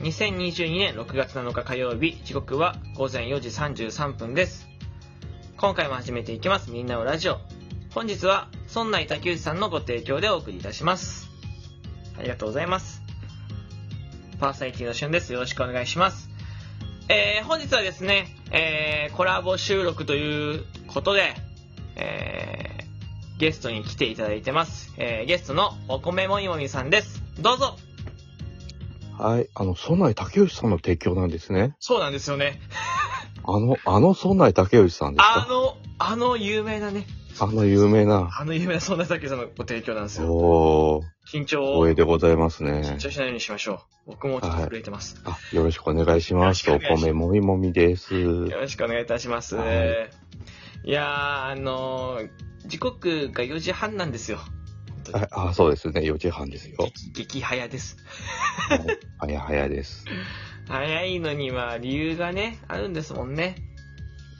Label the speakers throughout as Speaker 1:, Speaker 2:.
Speaker 1: 2022年6月7日火曜日、時刻は午前4時33分です。今回も始めていきます、みんなのラジオ。本日は、村内竹内さんのご提供でお送りいたします。ありがとうございます。パーサイティのしゅんです。よろしくお願いします。えー、本日はですね、えー、コラボ収録ということで、えー、ゲストに来ていただいてます。えー、ゲストのお米もみもみさんです。どうぞ
Speaker 2: はい。あの、村内竹内さんの提供なんですね。
Speaker 1: そうなんですよね。
Speaker 2: あの、あの村内竹内さんです
Speaker 1: あ
Speaker 2: か
Speaker 1: の、あの有名なね、
Speaker 2: あの有名な。
Speaker 1: あの有名なそんな酒さんのご提供なんですよ。
Speaker 2: おー、
Speaker 1: 緊張を、
Speaker 2: 光栄でございます
Speaker 1: 緊
Speaker 2: ね。
Speaker 1: 張しないようにしましょう。僕もちょっと震えてます。
Speaker 2: あ、よろしくお願いします。
Speaker 1: よろ
Speaker 2: お
Speaker 1: しくお願いします
Speaker 2: 米もみもみです。
Speaker 1: よろしくお願いいたします。、
Speaker 2: はい
Speaker 1: やー、あのー時刻が4時半なんですよ。本当に
Speaker 2: あ、あそうですね。4時 半ですよ。
Speaker 1: 激激早です。
Speaker 2: はい早々です。
Speaker 1: 早いのには理由がね、あるんですもんね。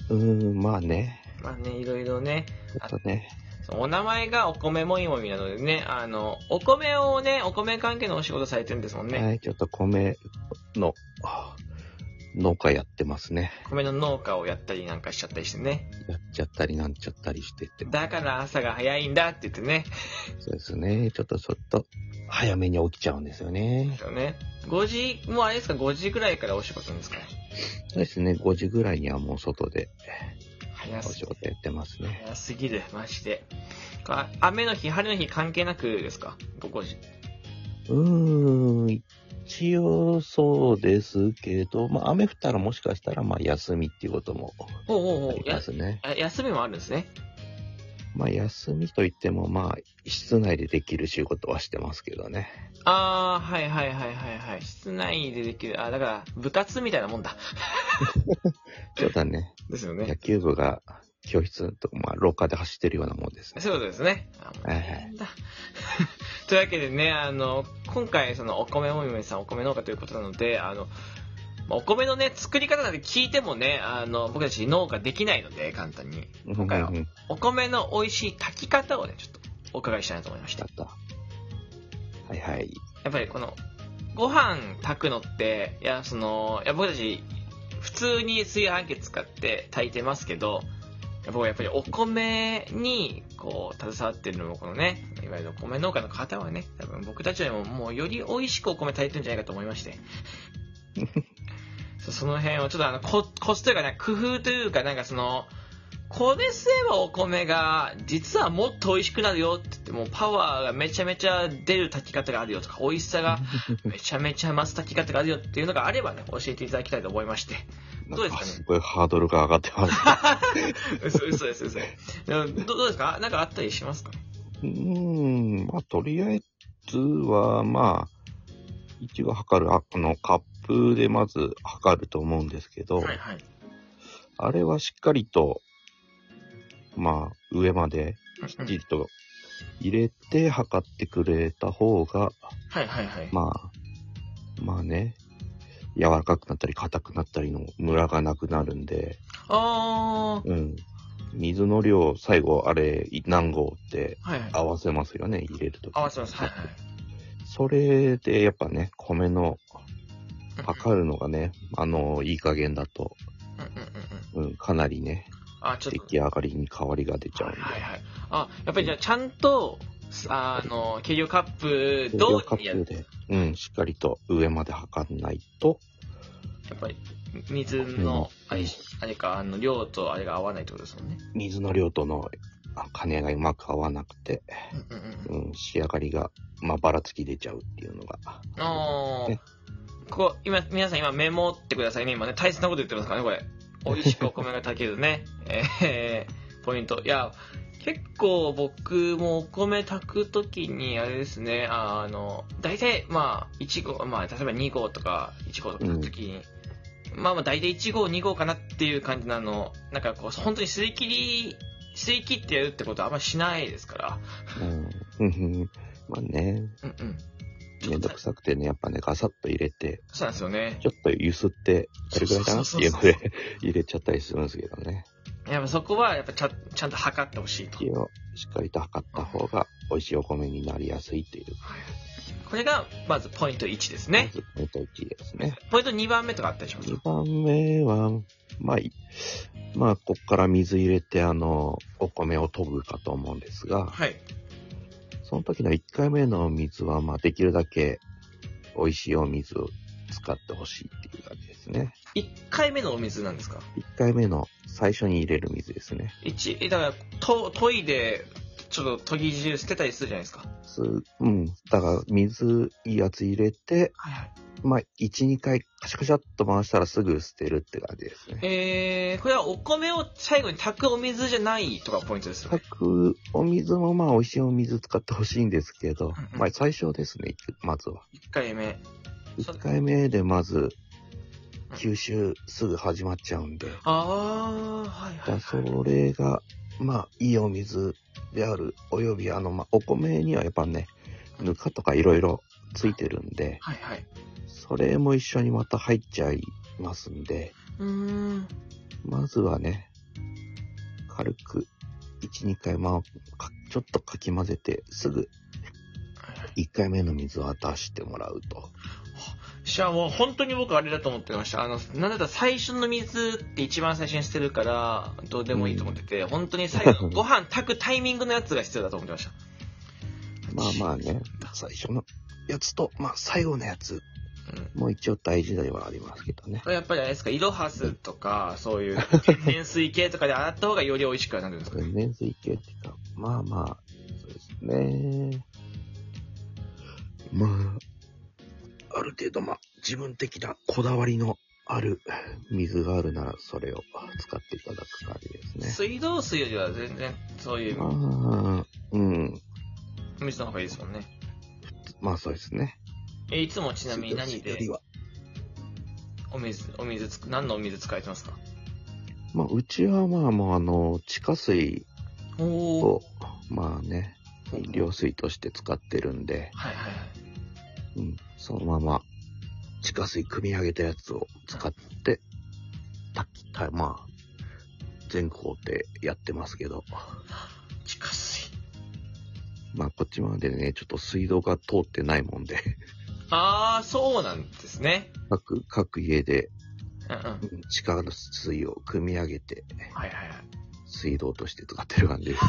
Speaker 2: うーん、まあね。
Speaker 1: まあね、いろいろね。
Speaker 2: ちょっとね。
Speaker 1: そのお名前がお米もみもみなのでね、あの、お米をね、お米関係のお仕事されてるんですもんね。
Speaker 2: はい、ちょっと米の、あ農家やってますね。
Speaker 1: 米の農家をやったりなんかしちゃったりしてね。
Speaker 2: やっちゃったりなんちゃったりしてて。
Speaker 1: だから朝が早いんだって言ってね。
Speaker 2: そうですね。ちょっとちょっと、早めに起きちゃうんですよね。
Speaker 1: だよね。5時、もうあれですか、5時ぐらいからお仕事なんですかね。
Speaker 2: そうですね、5時ぐらいにはもう外で
Speaker 1: 早
Speaker 2: お
Speaker 1: す
Speaker 2: 仕事やってますね。
Speaker 1: 早すぎる、マジで。あ雨の日、晴れの日関係なくですか ?5 時。
Speaker 2: うーん、一応そうですけど、まあ雨降ったらもしかしたらまあ休みっていうことも
Speaker 1: おうおうお
Speaker 2: あ
Speaker 1: う
Speaker 2: り
Speaker 1: や
Speaker 2: ますね。
Speaker 1: あ休みもあるんですね。
Speaker 2: まあ休みといってもまあ室内でできる仕事はしてますけどね。
Speaker 1: あー、はいはいはいはいはい。室内でできる、あ、だから部活みたいなもんだ。
Speaker 2: ちょっとね、
Speaker 1: ですよ
Speaker 2: 野
Speaker 1: ね。
Speaker 2: 球部が教室とかまあ廊下で走ってるようなもんですね。
Speaker 1: そういうことですね。あもう
Speaker 2: はいはい
Speaker 1: 大変だ というわけでね、あの、今回、その、お米もみもみさん、お米農家ということなので、あの、まあお米のね、作り方なんて聞いてもね、あの、僕たち農家できないので、簡単に。今回は
Speaker 2: うんうん
Speaker 1: お米の美味しい炊き方をね、ちょっとお伺いしたいなと思いまし
Speaker 2: だ
Speaker 1: た
Speaker 2: っ。た。はいはい。
Speaker 1: やっぱりこの、ご飯炊くのって、いや、その、いや、僕たち、普通に炊飯器使って炊いてますけど、いや僕はやっぱりお米に、こう、携わってるのも、このね、いわゆるお米農家の方はね、多分僕たちよりももうより美味しくお米炊いてるんじゃないかと思いまして。そうその辺をちょっとあの、ココツというかね、工夫というか、なんかその、これすればお米が、実はもっと美味しくなるよって言って、もうパワーがめちゃめちゃ出る炊き方があるよとか、美味し さがめちゃめちゃ増す炊き方があるよっていうのがあればね、教えていただきたいと思いまして。どうですかね
Speaker 2: なんごいハードルが上がってます。
Speaker 1: 嘘、嘘です、嘘です。でもどどうですかなんかあったりしますか
Speaker 2: うーん、まあ、とりあえずは、まあ、一応測る、ああの、カップでまず測ると思うんですけど、
Speaker 1: はいはい。
Speaker 2: あれはしっかりと、まあ、上まで
Speaker 1: はい
Speaker 2: きっちりと入れて測ってくれた方が、
Speaker 1: はいはい。
Speaker 2: まあ、まあね、柔らかくなったり硬くなったりのムラがなくなるんで、
Speaker 1: あー、
Speaker 2: うん。水の量、最後、あれ、何号って
Speaker 1: はいはい。
Speaker 2: 合わせますよね、入れるとき。
Speaker 1: 合わせます。はいはい。
Speaker 2: それでやっぱね、米の
Speaker 1: うん
Speaker 2: 測るのがね、あの、いい加減だと、
Speaker 1: うんうんうんうん。
Speaker 2: うん、かなりね、
Speaker 1: あ、ちょっ
Speaker 2: 出
Speaker 1: と。
Speaker 2: 来上がりに変わりが出ちゃうんで。
Speaker 1: はいはい。あ、やっぱりじゃあちゃんと、ああの、軽量カップ
Speaker 2: で
Speaker 1: ど
Speaker 2: カ
Speaker 1: うにや
Speaker 2: ップ
Speaker 1: る
Speaker 2: で、うん、しっかりと上まで測んないと、
Speaker 1: やっぱり、水の、あれ、あれか、あの、量とあれが合わないってことですもんね。
Speaker 2: 水の量とのあ兼ね合いうまく合わなくて、
Speaker 1: うんうんうん。
Speaker 2: うん、仕上がりが、まあ、ばらつき出ちゃうっていうのが。
Speaker 1: あー
Speaker 2: ね
Speaker 1: ここ、今、皆さん今メモってくださいね。今ね、大切なこと言ってますからね、これ。美味しくお米が炊けるね。 えー、ポイント。いや、結構僕もお米炊くときに、あれですね、あの、大体、まあ、1合、まあ、例えば2合とか、1合とか炊くときに、まあまあ、大体1合、2合かなっていう感じなの、なんかこう、本当に吸い切り、吸い切ってやるってことはあんましないですから。
Speaker 2: うん、ふんふんまあね、
Speaker 1: うんうん。
Speaker 2: めんどくさくてね、やっぱね、ガサッと入れて、
Speaker 1: そうなんですよね。
Speaker 2: ちょっと揺すって、これぐらいかなっていうの
Speaker 1: そうそうそう
Speaker 2: で 入れちゃったりするんですけどね。
Speaker 1: やっぱそこは、やっぱちゃんちゃんと測ってほしいと。
Speaker 2: 気をしっかりと測った方が美味しいお米になりやすいっていう。
Speaker 1: これが、まずポイント1ですね。。
Speaker 2: まず、1ですね。
Speaker 1: ポイント2番目とかあったりします
Speaker 2: 2番目は、まあ、いまあ、こっから水入れて、あの、お米を研ぐかと思うんですが、
Speaker 1: はい。
Speaker 2: その時の1回目の水は、まあ、できるだけ美味しいお水を使ってほしいっていう感じですね。
Speaker 1: 1回目のお水なんですか
Speaker 2: 1回目の最初に入れる水ですね。
Speaker 1: 一えだから、と、研いで、ちょっと研ぎ汁捨てたりするじゃないですか。
Speaker 2: すうん。だから、水、いいやつ入れて、
Speaker 1: はいはい。
Speaker 2: まあ、1、2回、カシャカシャっと回したらすぐ捨てるって感じですね。
Speaker 1: えー、これはお米を最後に炊くお水じゃないとかポイントですよね。
Speaker 2: 炊くお水もまあ美味しいお水使ってほしいんですけど
Speaker 1: うんう、ん
Speaker 2: まあ最初ですね、まずは。
Speaker 1: 1回目。そう
Speaker 2: 1回目でまず、吸収すぐ始まっちゃうんで、だ
Speaker 1: あー、はいはい、
Speaker 2: から
Speaker 1: は
Speaker 2: そ
Speaker 1: い。
Speaker 2: れが、まあいいお水である、およびあの、まあお米にはやっぱね、ぬかとかいろいろついてるんで、
Speaker 1: はいはい。
Speaker 2: それも一緒にまた入っちゃいますんで、
Speaker 1: うーん。
Speaker 2: まずはね、軽く、1、2回、まあ、かちょっとかき混ぜて、すぐ
Speaker 1: はいはい
Speaker 2: 1回目の水は出してもらうと。
Speaker 1: じゃあもう本当に僕あれだと思ってました。あの、なんだったら最初の水って一番最初に捨てるから、どうでもいいと思ってて、本当に最 後のご飯炊くタイミングのやつが必要だと思ってました。
Speaker 2: まあまあね、最初のやつと、まあ最後のやつ
Speaker 1: うん。
Speaker 2: も一応大事ではありますけどね
Speaker 1: こ。れやっぱりあれですか、イロハスとか、そういう、塩水系とかで洗った方がより美味しくはなるんですか
Speaker 2: 年水系っていうか、まあまあ、そうですね。まあ、ある程度まあ、自分的なこだわりのある水があるなら、それを使っていただく感じです
Speaker 1: 水道水よりは全然、そうい
Speaker 2: ね。
Speaker 1: う
Speaker 2: まあ、うん。
Speaker 1: 水の方がいいですもんね。
Speaker 2: まあそうですね。
Speaker 1: え、いつもちなみに何
Speaker 2: 水より
Speaker 1: で
Speaker 2: は
Speaker 1: お水、お水つく、何のお水使えてますか
Speaker 2: まあ、うちはまあもうあの、地下水
Speaker 1: おお
Speaker 2: を、まあね、飲料水として使ってるんで、
Speaker 1: はいはいはい。
Speaker 2: うん、そのまま、地下水組み上げたやつを使って、た、た、まあ、全工程やってますけど、
Speaker 1: 地下水。
Speaker 2: まあ、こっちまでね、ちょっと水道が通ってないもんで、
Speaker 1: あー、そうなんですね。
Speaker 2: 各、各家で、
Speaker 1: うんうん。はい
Speaker 2: うん地下水を組み上げて、
Speaker 1: はいはい。
Speaker 2: 水道として使ってる感じです。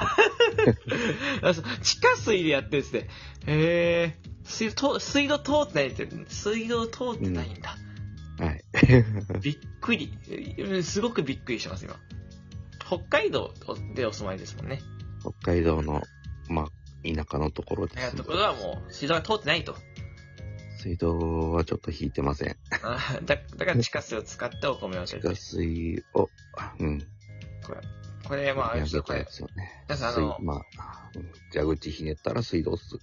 Speaker 1: あそう 地下水でやってるんですね。へえ。水道通、水道通ってないって、水道通ってないんだ。
Speaker 2: はい。
Speaker 1: びっくり。えすごくびっくりしてます、今。北海道でお住まいですもんね。
Speaker 2: 北海道の、まあ、田舎のところで
Speaker 1: え
Speaker 2: す。
Speaker 1: ところはもう、水道が通ってないと。
Speaker 2: 水道はちょっと引いてません。
Speaker 1: あーだだから地下水を使ってお米を炊い
Speaker 2: 地
Speaker 1: て
Speaker 2: 下水を、うん。
Speaker 1: これ、まあ、ちょっとこれ、
Speaker 2: ですよね。
Speaker 1: 皆さん、あ
Speaker 2: 水
Speaker 1: の、
Speaker 2: まあ、うん蛇口ひねったら水道す、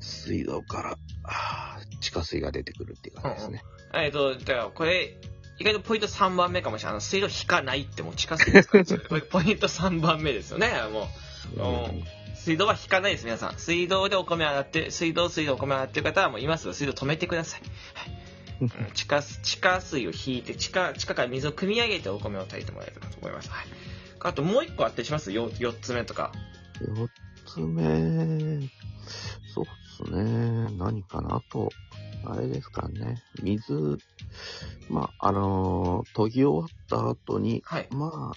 Speaker 2: 水道から、あー地下水が出てくるっていう感じですね。
Speaker 1: えっと、だからこれ、意外とポイント3番目かもしれない。あの、水道引かないってもう地下水ですからこれポイント3番目ですよね。もう、うん水道は引かないです、皆さん。水道でお米洗って、水道水でお米洗ってる方はもう今すぐ水道止めてください。はいうん地下水地下水を引いて地下、地下から水を汲み上げてお米を炊いてもらえたらと思います。はい、あともう一個あったりします 4, つ目とか。
Speaker 2: 四つ目、そうですね。何かなあと、あれですかね。水、まあ、あのー研ぎ終わった後に、
Speaker 1: はい。
Speaker 2: まあ、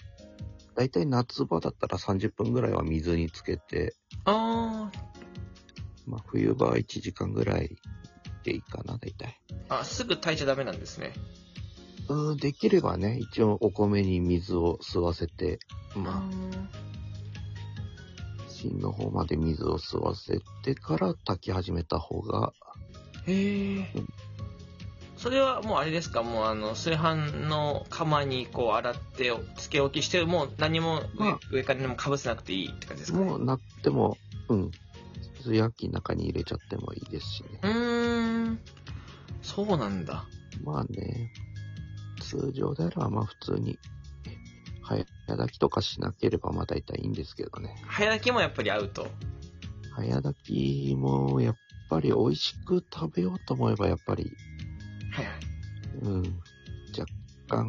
Speaker 2: だいたい夏場だったら30分ぐらいは水につけて、
Speaker 1: あ
Speaker 2: まあ、冬場は1時間ぐらいでいいかな、だいたい。
Speaker 1: ーあ、すぐ炊いちゃダメなんですね。
Speaker 2: うん、できればね、一応お米に水を吸わせて、ま
Speaker 1: あ
Speaker 2: あ、芯の方まで水を吸わせてから炊き始めた方が、
Speaker 1: ー。へえ。それはもうあれですかもうあの、炊飯の釜にこう洗って、つけ置きして、もう何も上,、
Speaker 2: うん
Speaker 1: 上から何もかぶせなくていいって感じですかね。
Speaker 2: もうなっても、うん、素焼きの中に入れちゃってもいいですしね
Speaker 1: う。ーん。そうなんだ。
Speaker 2: まあね、通常であればまあ普通に、早炊きとかしなければまあ大体いいんですけどね。
Speaker 1: 早炊きもやっぱり合うと。
Speaker 2: 早炊きもやっぱり美味しく食べようと思えばやっぱり、
Speaker 1: はいはい。
Speaker 2: うん、若干、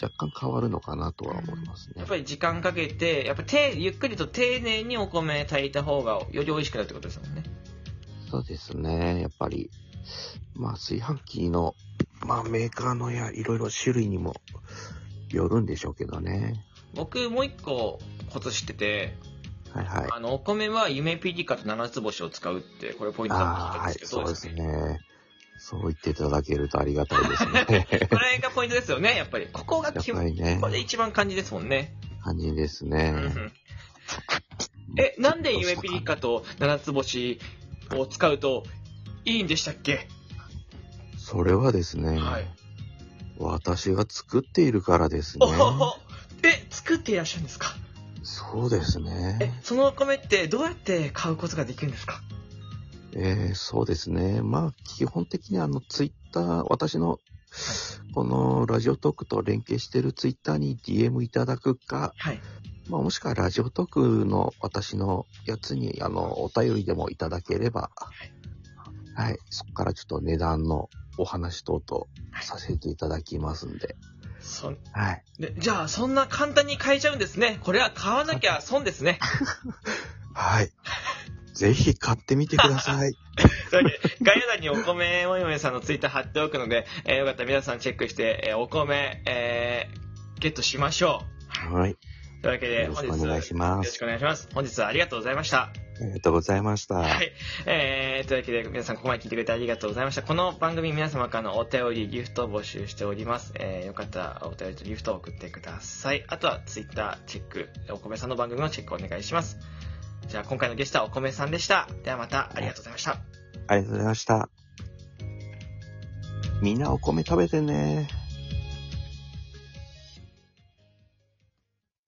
Speaker 2: 若干変わるのかなとは思います
Speaker 1: や
Speaker 2: ね
Speaker 1: っぱ。り時間かけて、やっぱ手、ゆっくりと丁寧にお米炊いた方がより美味しくなるってことですもんね。
Speaker 2: そうですね。やっぱり、まあ、炊飯器の、まあ、メーカーのや、いろいろ種類にもよるんでしょうけどね。
Speaker 1: 僕、もう一個コツ知ってて、
Speaker 2: はいはい。
Speaker 1: あの、お米は夢ピリカと七つ星を使うって、これポイントだと聞い
Speaker 2: あ
Speaker 1: た
Speaker 2: あ、
Speaker 1: ん
Speaker 2: は
Speaker 1: で
Speaker 2: い
Speaker 1: す、けど、
Speaker 2: そ
Speaker 1: ど
Speaker 2: う
Speaker 1: う
Speaker 2: で
Speaker 1: です
Speaker 2: す
Speaker 1: か
Speaker 2: ね。そう言っていただけるとありがたいです ね。
Speaker 1: これがポイントですよね、やっぱり。ここが
Speaker 2: やっ
Speaker 1: 基
Speaker 2: ぱ
Speaker 1: 本、
Speaker 2: りね
Speaker 1: こ、こで一番肝心ですもんね。
Speaker 2: 感じです
Speaker 1: う
Speaker 2: ね
Speaker 1: んう。んえ、なんで夢ピリカと七つ星を使うといいんでしたっけ
Speaker 2: それはですね、
Speaker 1: はい
Speaker 2: 私が作っているからですね
Speaker 1: お。ほほ え、作っていらっしゃるんですか
Speaker 2: そうです
Speaker 1: え
Speaker 2: ね。、
Speaker 1: そのお米ってどうやって買うことができるんですか
Speaker 2: えーそうですね。まあ、基本的にあの、ツイッター、私の、このラジオトークと連携しているツイッターに DM いただくか、
Speaker 1: はい。
Speaker 2: まあ、もしくはラジオトークの私のやつに、あの、お便りでもいただければ、はい、そこからちょっと値段のお話等々
Speaker 1: はい
Speaker 2: させていただきますんで、
Speaker 1: そん
Speaker 2: はい。
Speaker 1: でじゃあ、そんな簡単に買えちゃうんですね。これは買わなきゃ損です ね。
Speaker 2: はい。ぜひ買ってみてください。
Speaker 1: というわけで概要欄にお米もよめさんのツイッター貼っておくので、えーよかったら皆さんチェックして、えーお米、えーゲットしましょ
Speaker 2: はい。
Speaker 1: う。というわけで、
Speaker 2: よろ
Speaker 1: 本
Speaker 2: し
Speaker 1: 日
Speaker 2: くお
Speaker 1: は
Speaker 2: 願いしま
Speaker 1: よろ
Speaker 2: す
Speaker 1: し。くお願いします。本日はありがとうございました。
Speaker 2: ありがとうございました。
Speaker 1: はい。えー、というわけで皆さんここまで聞いてくれてありがとうございました。この番組皆様からのお便り、ギフトを募集しております。えー、よかったらお便りとギフトを送ってください。あとはツイッターチェック、お米さんの番組のチェックお願いします。じゃあ今回のゲストはお米さんでした。ではまたありがとうございました。
Speaker 2: ありがとうございました。みんなお米食べてね。